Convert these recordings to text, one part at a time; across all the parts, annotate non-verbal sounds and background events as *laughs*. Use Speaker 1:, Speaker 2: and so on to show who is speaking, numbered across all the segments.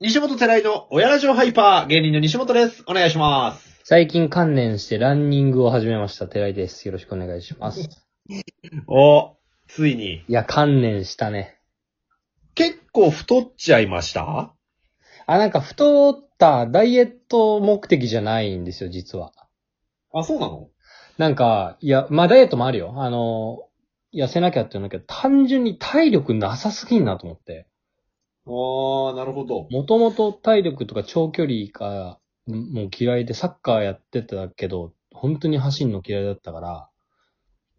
Speaker 1: 西本寺井の親ラジオハイパー、芸人の西本です。お願いします。
Speaker 2: 最近観念してランニングを始めました。寺井です。よろしくお願いします。い
Speaker 1: お、ついに。
Speaker 2: や、観念したね。
Speaker 1: 結構太っちゃいました
Speaker 2: あ、なんか太ったダイエット目的じゃないんですよ、実は。
Speaker 1: あ、そうなの
Speaker 2: なんか、いや、まあダイエットもあるよ。あの、痩せなきゃって言うんだけど、単純に体力なさすぎんなと思って。
Speaker 1: あー、なるほど。
Speaker 2: もともと体力とか長距離がんもう嫌いでサッカーやってたけど、本当に走るの嫌いだったから、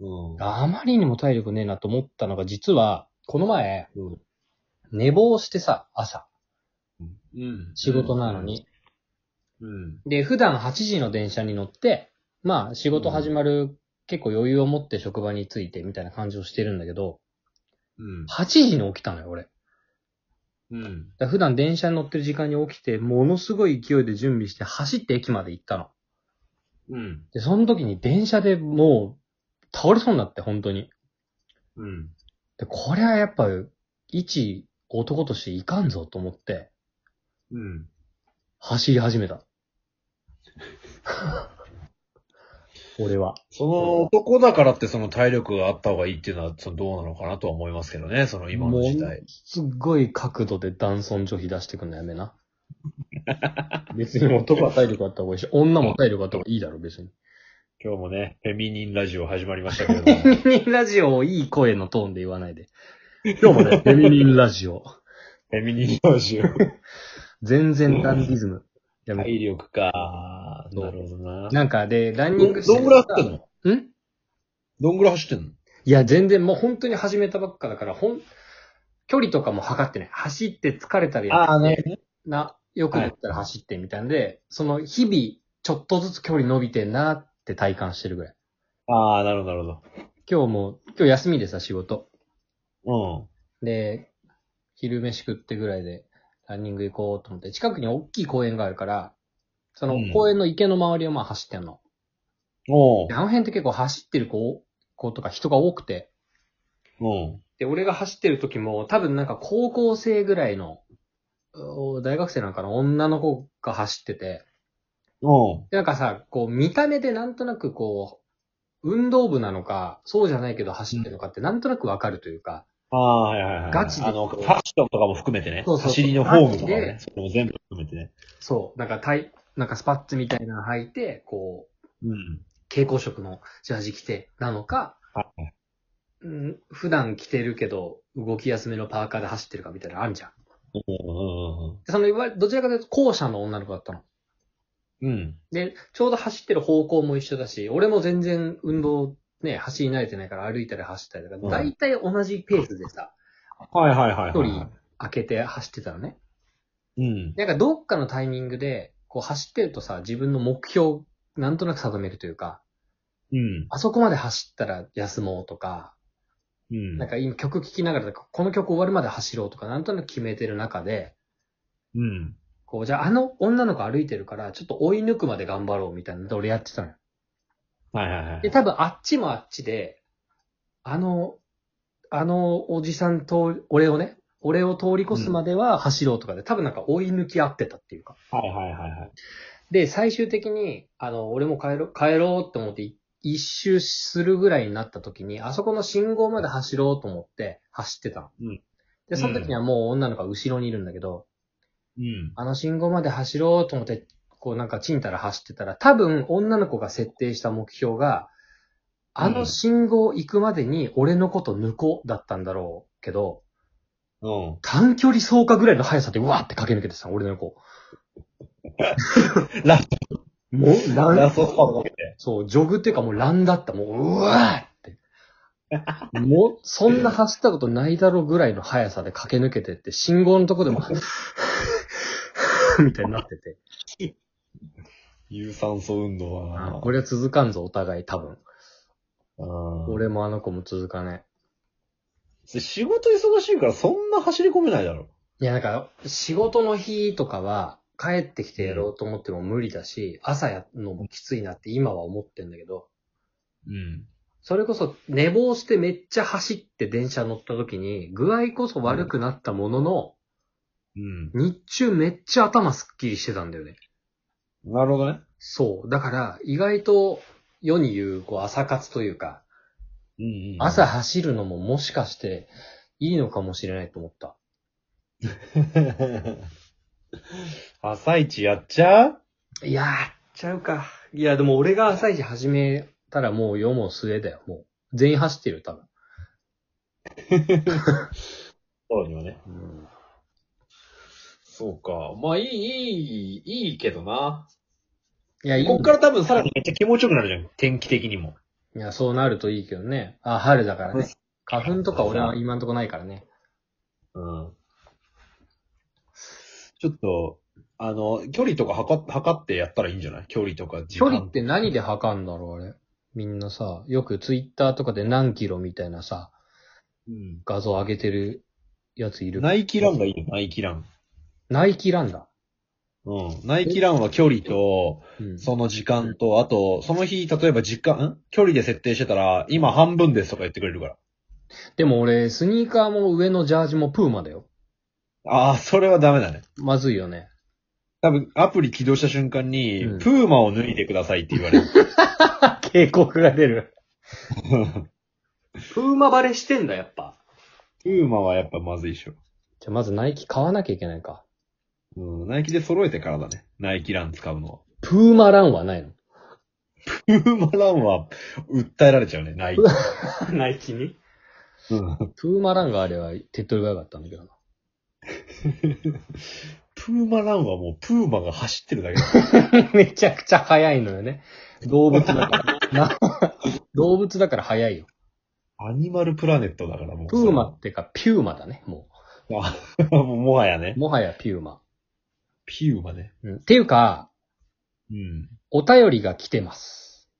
Speaker 1: うん。
Speaker 2: あまりにも体力ねえなと思ったのが、実は、この前、
Speaker 1: うん
Speaker 2: 寝坊してさ、朝。
Speaker 1: うん。
Speaker 2: 仕事なのに。
Speaker 1: うん。
Speaker 2: で、普段8時の電車に乗って、まあ仕事始まる、結構余裕を持って職場に着いてみたいな感じをしてるんだけど、
Speaker 1: うん。
Speaker 2: 8時に起きたのよ、俺。だか
Speaker 1: うん。
Speaker 2: ら普段電車に乗ってる時間に起きて、ものすごい勢いで準備して走って駅まで行ったの。
Speaker 1: うん。
Speaker 2: で、その時に電車でもう倒れそうになって、本当に。
Speaker 1: うん。
Speaker 2: で、これはやっぱ、一男としていかんぞと思って、
Speaker 1: うん。
Speaker 2: 走り始めた。俺は。
Speaker 1: その男だからってその体力があった方がいいっていうのは、そのどうなのかなとは思いますけどね、その今の時代。
Speaker 2: すっごい角度で男尊女卑出してくんのやめな。 *laughs* 別に男は体力あった方がいいし、女も体力あった方がいいだ
Speaker 1: *laughs*
Speaker 2: ろ、別に。
Speaker 1: 今日もね、フェミニンラジオ始まりましたけ *laughs* れども。
Speaker 2: フェミニンラジオをいい声のトーンで言わないで。今
Speaker 1: *laughs*
Speaker 2: 日もね、フェミニンラジオ。
Speaker 1: フェミニンラジオ。
Speaker 2: 全然ダンディズム。やめて
Speaker 1: 体力か。 *laughs* なるほどな。
Speaker 2: なんかで、ランニング
Speaker 1: どんぐらい走ってん
Speaker 2: の
Speaker 1: の
Speaker 2: ん
Speaker 1: どんぐらい走ってんの
Speaker 2: いや、全然もう本当に始めたばっかだから、ほん、距離とかも測ってない。走って疲れたり
Speaker 1: ああ、なるほどね。
Speaker 2: な、よくなったら走ってみたいんで、その日々、ちょっとずつ距離伸びてんなって体感してるぐらい。
Speaker 1: ああ、なるほど、なるほ
Speaker 2: 今日も、今日休みでさ、仕事。
Speaker 1: ど。
Speaker 2: で、昼飯食ってぐらいで、ランニング行こうと思って、近くに大きい公園があるから、その
Speaker 1: うん
Speaker 2: 公園の池の周りをまあ走ってんの。
Speaker 1: うん。おう
Speaker 2: であの辺って結構走ってる子、子とか人が多くて、
Speaker 1: おう
Speaker 2: で、俺が走ってる時も、多分なんか高校生ぐらいの、お大学生なんかの女の子が走ってて、
Speaker 1: おう
Speaker 2: でなんかさ、こう、見た目でなんとなくこう、運動部なのか、そうじゃないけど走ってるのかってなんとなくわかるというか、
Speaker 1: ああ、はいはいはい。
Speaker 2: ガチで
Speaker 1: あの、ファッションとかも含めてね。
Speaker 2: そうそう
Speaker 1: 走りのフォームとかも
Speaker 2: ガ
Speaker 1: ね。
Speaker 2: チ
Speaker 1: それも全部含めてね。
Speaker 2: そう、なんかタイ、なんかスパッツみたいなの履いて、こう、
Speaker 1: うん。
Speaker 2: 蛍光色のジャージ着てなのか、
Speaker 1: は
Speaker 2: うん、普段着てるけど、動きやすめのパーカーで走ってるかみたいなのあるじゃん。
Speaker 1: うん
Speaker 2: でその、いわゆる、どちらかというと後者の女の子だった
Speaker 1: う
Speaker 2: の。
Speaker 1: んうん。うん。
Speaker 2: で、ちょうど走ってる方向も一緒だし、俺も全然運動、ね、走り慣れてないから歩いたり走ったりだから、
Speaker 1: うん
Speaker 2: 大体同じペースでさ、
Speaker 1: はいはいはいはい。
Speaker 2: 一人開けて走ってたのね。
Speaker 1: うん。
Speaker 2: なんかどっかのタイミングで、こう走ってるとさ、自分の目標、なんとなく定めるというか、
Speaker 1: うん。
Speaker 2: あそこまで走ったら休もうとか、
Speaker 1: うん。
Speaker 2: なんか今曲聴きながらとか、この曲終わるまで走ろうとか、なんとなく決めてる中で、
Speaker 1: うん。
Speaker 2: こう、じゃああの女の子歩いてるから、ちょっと追い抜くまで頑張ろうみたいなので俺やってたのよ。
Speaker 1: はいはいはい
Speaker 2: で、。多分あっちもあっちで、あの、あのおじさんと、俺をね、俺を通り越すまでは走ろうとかで、多分なんか追い抜き合ってたっていうか。
Speaker 1: はいはいはいはい。
Speaker 2: で、最終的に、あの、俺も帰ろう、帰ろうって思ってい、一周するぐらいになった時に、あそこの信号まで走ろうと思って走ってたの。
Speaker 1: うん
Speaker 2: で、その時にはもう女の子が後ろにいるんだけど、
Speaker 1: うん。
Speaker 2: あの信号まで走ろうと思って、こうなんかチンタラ走ってたら、多分女の子が設定した目標が、あの信号行くまでに俺のこと抜こうだったんだろうけど、
Speaker 1: うん。
Speaker 2: 短距離走過ぐらいの速さでうわーって駆け抜けてさ、俺
Speaker 1: *laughs*
Speaker 2: の子。
Speaker 1: ラス
Speaker 2: もう、ラン
Speaker 1: ラストスパートかけて。
Speaker 2: そう、ジョグっていうかもうランだった。もう、うわーって。もう、そんな走ったことないだろうぐらいの速さで駆け抜けてって、信号のとこでも、みたいになってて。
Speaker 1: 有酸素運動は
Speaker 2: あ
Speaker 1: な。
Speaker 2: これは続かんぞ、お互い多分。
Speaker 1: うん。
Speaker 2: 俺もあの子も続かない。
Speaker 1: 仕事忙しいからそんな走り込めないだろ。
Speaker 2: いや、なんか、仕事の日とかは、帰ってきてやろうと思っても無理だし、朝やるのもきついなって今は思ってんだけど、
Speaker 1: うん。
Speaker 2: それこそ寝坊してめっちゃ走って電車乗った時に、具合こそ悪くなったものの、
Speaker 1: うん。
Speaker 2: 日中めっちゃ頭すっきりしてたんだよね。
Speaker 1: なるほどね。
Speaker 2: そう。だから、意外と世に言う、こう、朝活というか、
Speaker 1: うんうん。
Speaker 2: 朝。走るのももしかしていいのかもしれないと思った。
Speaker 1: 朝一やっちゃう
Speaker 2: いやー、やっちゃうか。いや、でも俺が朝一始めたらもう世も末だよ、もう。全員走ってるよ、多分。
Speaker 1: そうにはね。そうか。まあいい、いい、いいけどな。
Speaker 2: いや、いい
Speaker 1: こっから多分さらにめっちゃ気持ちよくなるじゃん。天気的にも。
Speaker 2: いや、そうなるといいけどね。あ、春だからね。花粉とか俺は今んとこないからね。
Speaker 1: うん。ちょっと、あの、距離とか測っ測ってやったらいいんじゃない距離とか時
Speaker 2: 距
Speaker 1: 間。
Speaker 2: 離って何で測るんだろう、あれ。みんなさ、よくツイッターとかで何キロみたいなさ、
Speaker 1: うん。
Speaker 2: 画像上げてるやついる。
Speaker 1: ナイキランがいいよ、ナイキラン。
Speaker 2: ナイキランだ。
Speaker 1: うん。ナイキランは距離と、
Speaker 2: うん。
Speaker 1: その時間と、あと、その日、例えば時間、ん距離で設定してたら、今半分ですとか言ってくれるから。
Speaker 2: でも俺、スニーカーも上のジャージもプーマだよ。
Speaker 1: ああ、それはダメだね。
Speaker 2: まずいよね。
Speaker 1: 多分、アプリ起動した瞬間に、
Speaker 2: うん
Speaker 1: プーマを脱いでくださいって言
Speaker 2: *laughs*
Speaker 1: われる。
Speaker 2: *laughs* 警告が出る。プーマバレしてんだ、やっぱ。
Speaker 1: プーマはやっぱまずいでしょ。
Speaker 2: じゃあまずナイキ買わなきゃいけないか。
Speaker 1: うん、ナイキで揃えてからだね。ナイキラン使うのは。
Speaker 2: プーマランはないの
Speaker 1: プーマランは、訴えられちゃうね、ナイキ。
Speaker 2: *laughs* ナイキに
Speaker 1: うん
Speaker 2: プーマランがあれば手っ取り早かったんだけどな。
Speaker 1: プーマランはもう、プーマが走ってるだけだ。
Speaker 2: *laughs* めちゃくちゃ早いのよね。動物だから。 *laughs* な動物だから早いよ。
Speaker 1: アニマルプラネットだからもう。
Speaker 2: プーマってか、ピューマだね、も
Speaker 1: それはもう *laughs* もはやね
Speaker 2: う。。もはやピューマ。
Speaker 1: ピューマね。
Speaker 2: うん、っていうか、
Speaker 1: うん。
Speaker 2: お便りが来てます。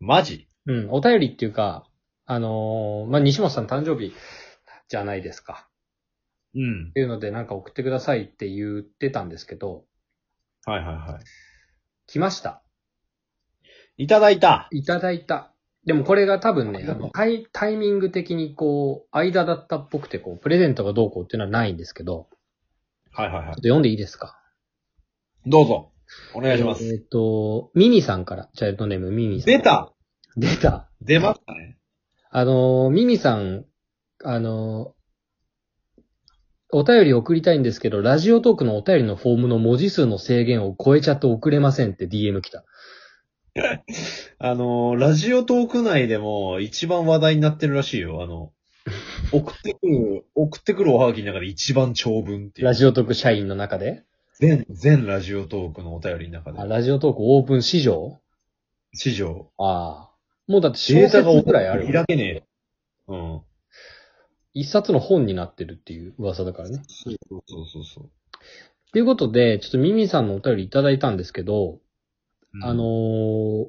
Speaker 1: マジ
Speaker 2: うん、お便りっていうか、あのーまあ、西本さん誕生日じゃないですか。
Speaker 1: うん
Speaker 2: っ。ていうので、なんか送ってくださいって言ってたんですけど、
Speaker 1: はいはいは
Speaker 2: 来ました。
Speaker 1: い。いただいた。
Speaker 2: いただいた。でもこれが多分ね、あのタイタイミング的にこう、間だったっぽくて、こう、プレゼントがどうこうっていうのはないんですけど、
Speaker 1: はいはいは
Speaker 2: ちょっと読んでいいですか
Speaker 1: い。どうぞ。お願いしま
Speaker 2: え
Speaker 1: す。
Speaker 2: っ、と、ミニさんから、チャイルドネームミニさん。
Speaker 1: 出た
Speaker 2: 出た。
Speaker 1: 出ましたね。
Speaker 2: あのー、ミミさん、あのー、お便り送りたいんですけど、ラジオトークのお便りのフォームの文字数の制限を超えちゃって送れませんって DM 来た。
Speaker 1: あのー、ラジオトーク内でも一番話題になってるらしいよ。あ
Speaker 2: *laughs*
Speaker 1: の、送ってくる、送ってくるおはがきの中で一番長文っていう。
Speaker 2: ラジオトーク社員の中で。
Speaker 1: 全、全ラジオトークのお便りの中
Speaker 2: あ
Speaker 1: で。
Speaker 2: ラジオトークオープン市場
Speaker 1: 史上、
Speaker 2: ああ。もうだって小
Speaker 1: デー
Speaker 2: 説
Speaker 1: タが
Speaker 2: ぐらいあるよ。
Speaker 1: 開けねえよ。
Speaker 2: 一冊の本になってるっていう噂だからね。
Speaker 1: うん。そうそうそうそう。
Speaker 2: ということで、ちょっとミミさんのお便りいただいたんですけど、
Speaker 1: うん
Speaker 2: あの、ー、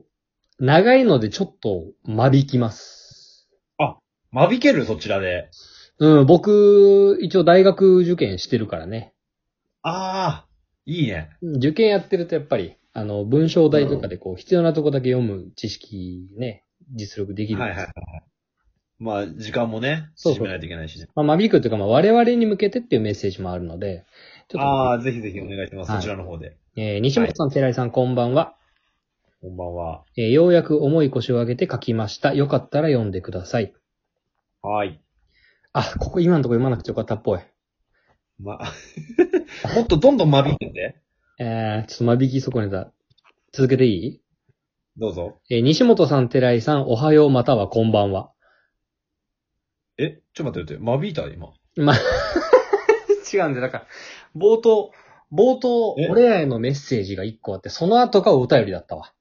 Speaker 2: 長いのでちょっと間引きます。
Speaker 1: 間引けるそちらで。
Speaker 2: うん、僕、一応大学受験してるからね。
Speaker 1: ああ、いいね。
Speaker 2: 受験やってるとやっぱり、あの、文章題とかでこう、必要なとこだけ読む知識ね、実力できる。
Speaker 1: はいはいはい。まあ、時間もね、
Speaker 2: そうそう
Speaker 1: 縮めないといけないしね。
Speaker 2: まあ、間引くというか、まあ、我々に向けてっていうメッセージもあるので、ちょっと、
Speaker 1: ああ、ぜひぜひお願いします。
Speaker 2: はい
Speaker 1: そちらの方で。
Speaker 2: えー西本さん、寺井さん、こんばんは。
Speaker 1: こんばんは。
Speaker 2: えーようやく重い腰を上げて書きました。よかったら読んでください。
Speaker 1: はい。
Speaker 2: あ、ここ今のとこ読まなくてよかったっぽい。
Speaker 1: ま、 *laughs* もっとどんどん間引いてって。
Speaker 2: えー、ちょっと間引き損ねた。続けてい
Speaker 1: どうぞ。
Speaker 2: いえー西本さん、寺井さん、おはようまたはこんばんは。
Speaker 1: え、ちょっと待って待って、間引いた今。
Speaker 2: ま、 *laughs* 違うんで、だから、冒頭、冒頭
Speaker 1: え
Speaker 2: 俺らへのメッセージが一個あって、その後がお便りだったわ。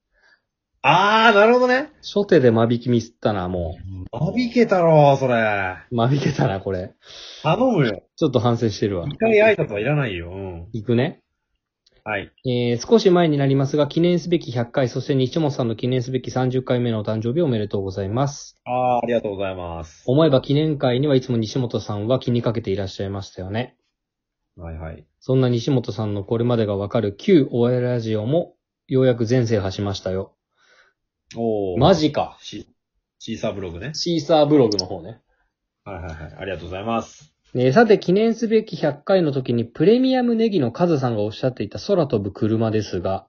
Speaker 1: ああ、なるほどね。
Speaker 2: 初手で間引きミスったな、も
Speaker 1: 間引けたろ、それ。
Speaker 2: う。間引けたな、これ。
Speaker 1: 頼むよ。
Speaker 2: ちょっと反省してるわ。
Speaker 1: 一回挨拶はいらないよ。うん。
Speaker 2: いくね。
Speaker 1: はい。
Speaker 2: えー少し前になりますが、記念すべき100回、そして西本さんの記念すべき30回目のお誕生日おめでとうございます。
Speaker 1: ああ、ありがとうございます。
Speaker 2: 思えば記念会にはいつも西本さんは気にかけていらっしゃいましたよね。
Speaker 1: はいはい。
Speaker 2: そんな西本さんのこれまでがわかる旧おえラジオも、ようやく全制覇しましたよ。
Speaker 1: おー。
Speaker 2: マジか。
Speaker 1: シシーサーブログね。
Speaker 2: シーサーブログの方ね。
Speaker 1: はいはいはい。ありがとうございます。
Speaker 2: ねえさて、記念すべき100回の時にプレミアムネギのカズさんがおっしゃっていた空飛ぶ車ですが、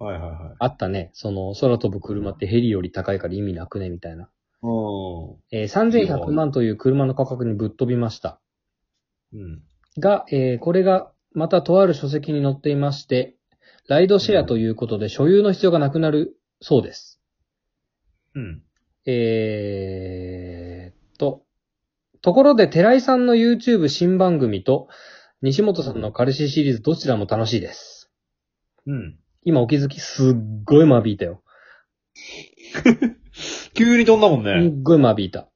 Speaker 1: はいはいはい。
Speaker 2: あったね。その、空飛ぶ車ってヘリより高いから意味なくね、みたいな。
Speaker 1: う
Speaker 2: えー3100万という車の価格にぶっ飛びました。
Speaker 1: ん。うん。
Speaker 2: が、えーこれがまたとある書籍に載っていまして、ライドシェアということで所有の必要がなくなるそうです。
Speaker 1: うん。
Speaker 2: えーっと、ところで寺井さんの YouTube 新番組と西本さんの彼氏シリーズどちらも楽しいです。
Speaker 1: うん。
Speaker 2: 今お気づきすっごい間引いたよ。
Speaker 1: 急に飛んだもん
Speaker 2: す
Speaker 1: ね。
Speaker 2: っごい間引いた。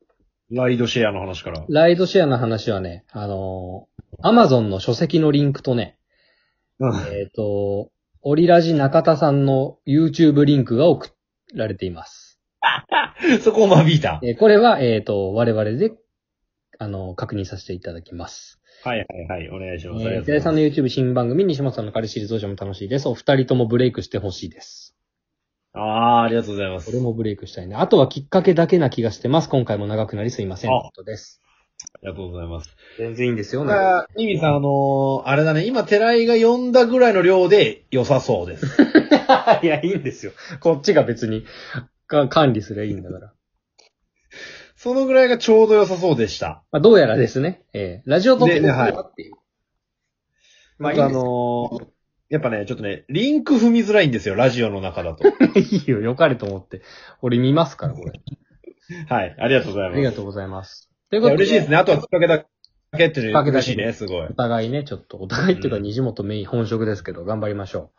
Speaker 1: ライドシェアの話から。
Speaker 2: ライドシェアの話はね、あのー、Amazon の書籍のリンクとね、
Speaker 1: うん。
Speaker 2: えっ、と、オリラジ中田さんの YouTube リンクが送られています。
Speaker 1: *laughs* そこを間引いた。
Speaker 2: えーこれは、えっ、と、我々で、あの、確認させていただきます。
Speaker 1: はいはいはい。お願いし
Speaker 2: え
Speaker 1: ます。ありがとう
Speaker 2: ー、平
Speaker 1: ご
Speaker 2: 井さん
Speaker 1: ざい
Speaker 2: の
Speaker 1: ます
Speaker 2: YouTube 新番組、西本さんの彼氏リゾーションも楽しいです。お二人ともブレイクしてほしいです。
Speaker 1: あー、ありがとうございま
Speaker 2: 俺
Speaker 1: す。
Speaker 2: もブレイクしたいね。あとはきっかけだけな気がしてます。今回も長くなりすいません。
Speaker 1: あ
Speaker 2: ということです。
Speaker 1: ありがとうございます。
Speaker 2: 全然いいんですよ
Speaker 1: だから、ミミさん、あのーあれだね、今、寺井が呼んだぐらいの量で良さそう
Speaker 2: *laughs*
Speaker 1: です。
Speaker 2: *laughs* いや、いいんですよ。こっちが別に、か管理すればいいんだから。
Speaker 1: そのぐらいがちょうど良さそうでした。
Speaker 2: まあ、どうやらですね、えー、ラジオトーク
Speaker 1: でねはい
Speaker 2: っていう。ま
Speaker 1: あ
Speaker 2: あ、いい
Speaker 1: と
Speaker 2: ん
Speaker 1: あ
Speaker 2: です
Speaker 1: のーやっぱね、ちょっとね、リンク踏みづらいんですよ、ラジオの中
Speaker 2: *laughs*
Speaker 1: だと。
Speaker 2: いいよ、良かれと思って。俺見ますから、これ。
Speaker 1: はい、ありがとうござ
Speaker 2: あ
Speaker 1: います。
Speaker 2: りがとうございます。という
Speaker 1: い
Speaker 2: こ
Speaker 1: や
Speaker 2: とで、
Speaker 1: 嬉しいですね。あとはきっかけだけっていうの
Speaker 2: きっかけだ
Speaker 1: 嬉
Speaker 2: け
Speaker 1: しいね、すごい
Speaker 2: お。互いね、ちょっと、お互いっていうか、
Speaker 1: うん
Speaker 2: 西本メイン本職ですけど、頑張りましょ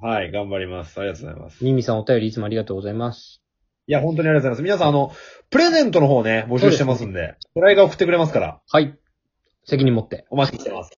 Speaker 1: はい、頑張ります。ありがとうございます。
Speaker 2: う。
Speaker 1: い
Speaker 2: ミミさんお便りいつもありがとうございます。
Speaker 1: や、本当にありがとうございます。皆さん、あの、プレゼントの方ね、募集してますんで、寺井が送ってくれますから、
Speaker 2: はい。責任持って。
Speaker 1: お待ちしてます。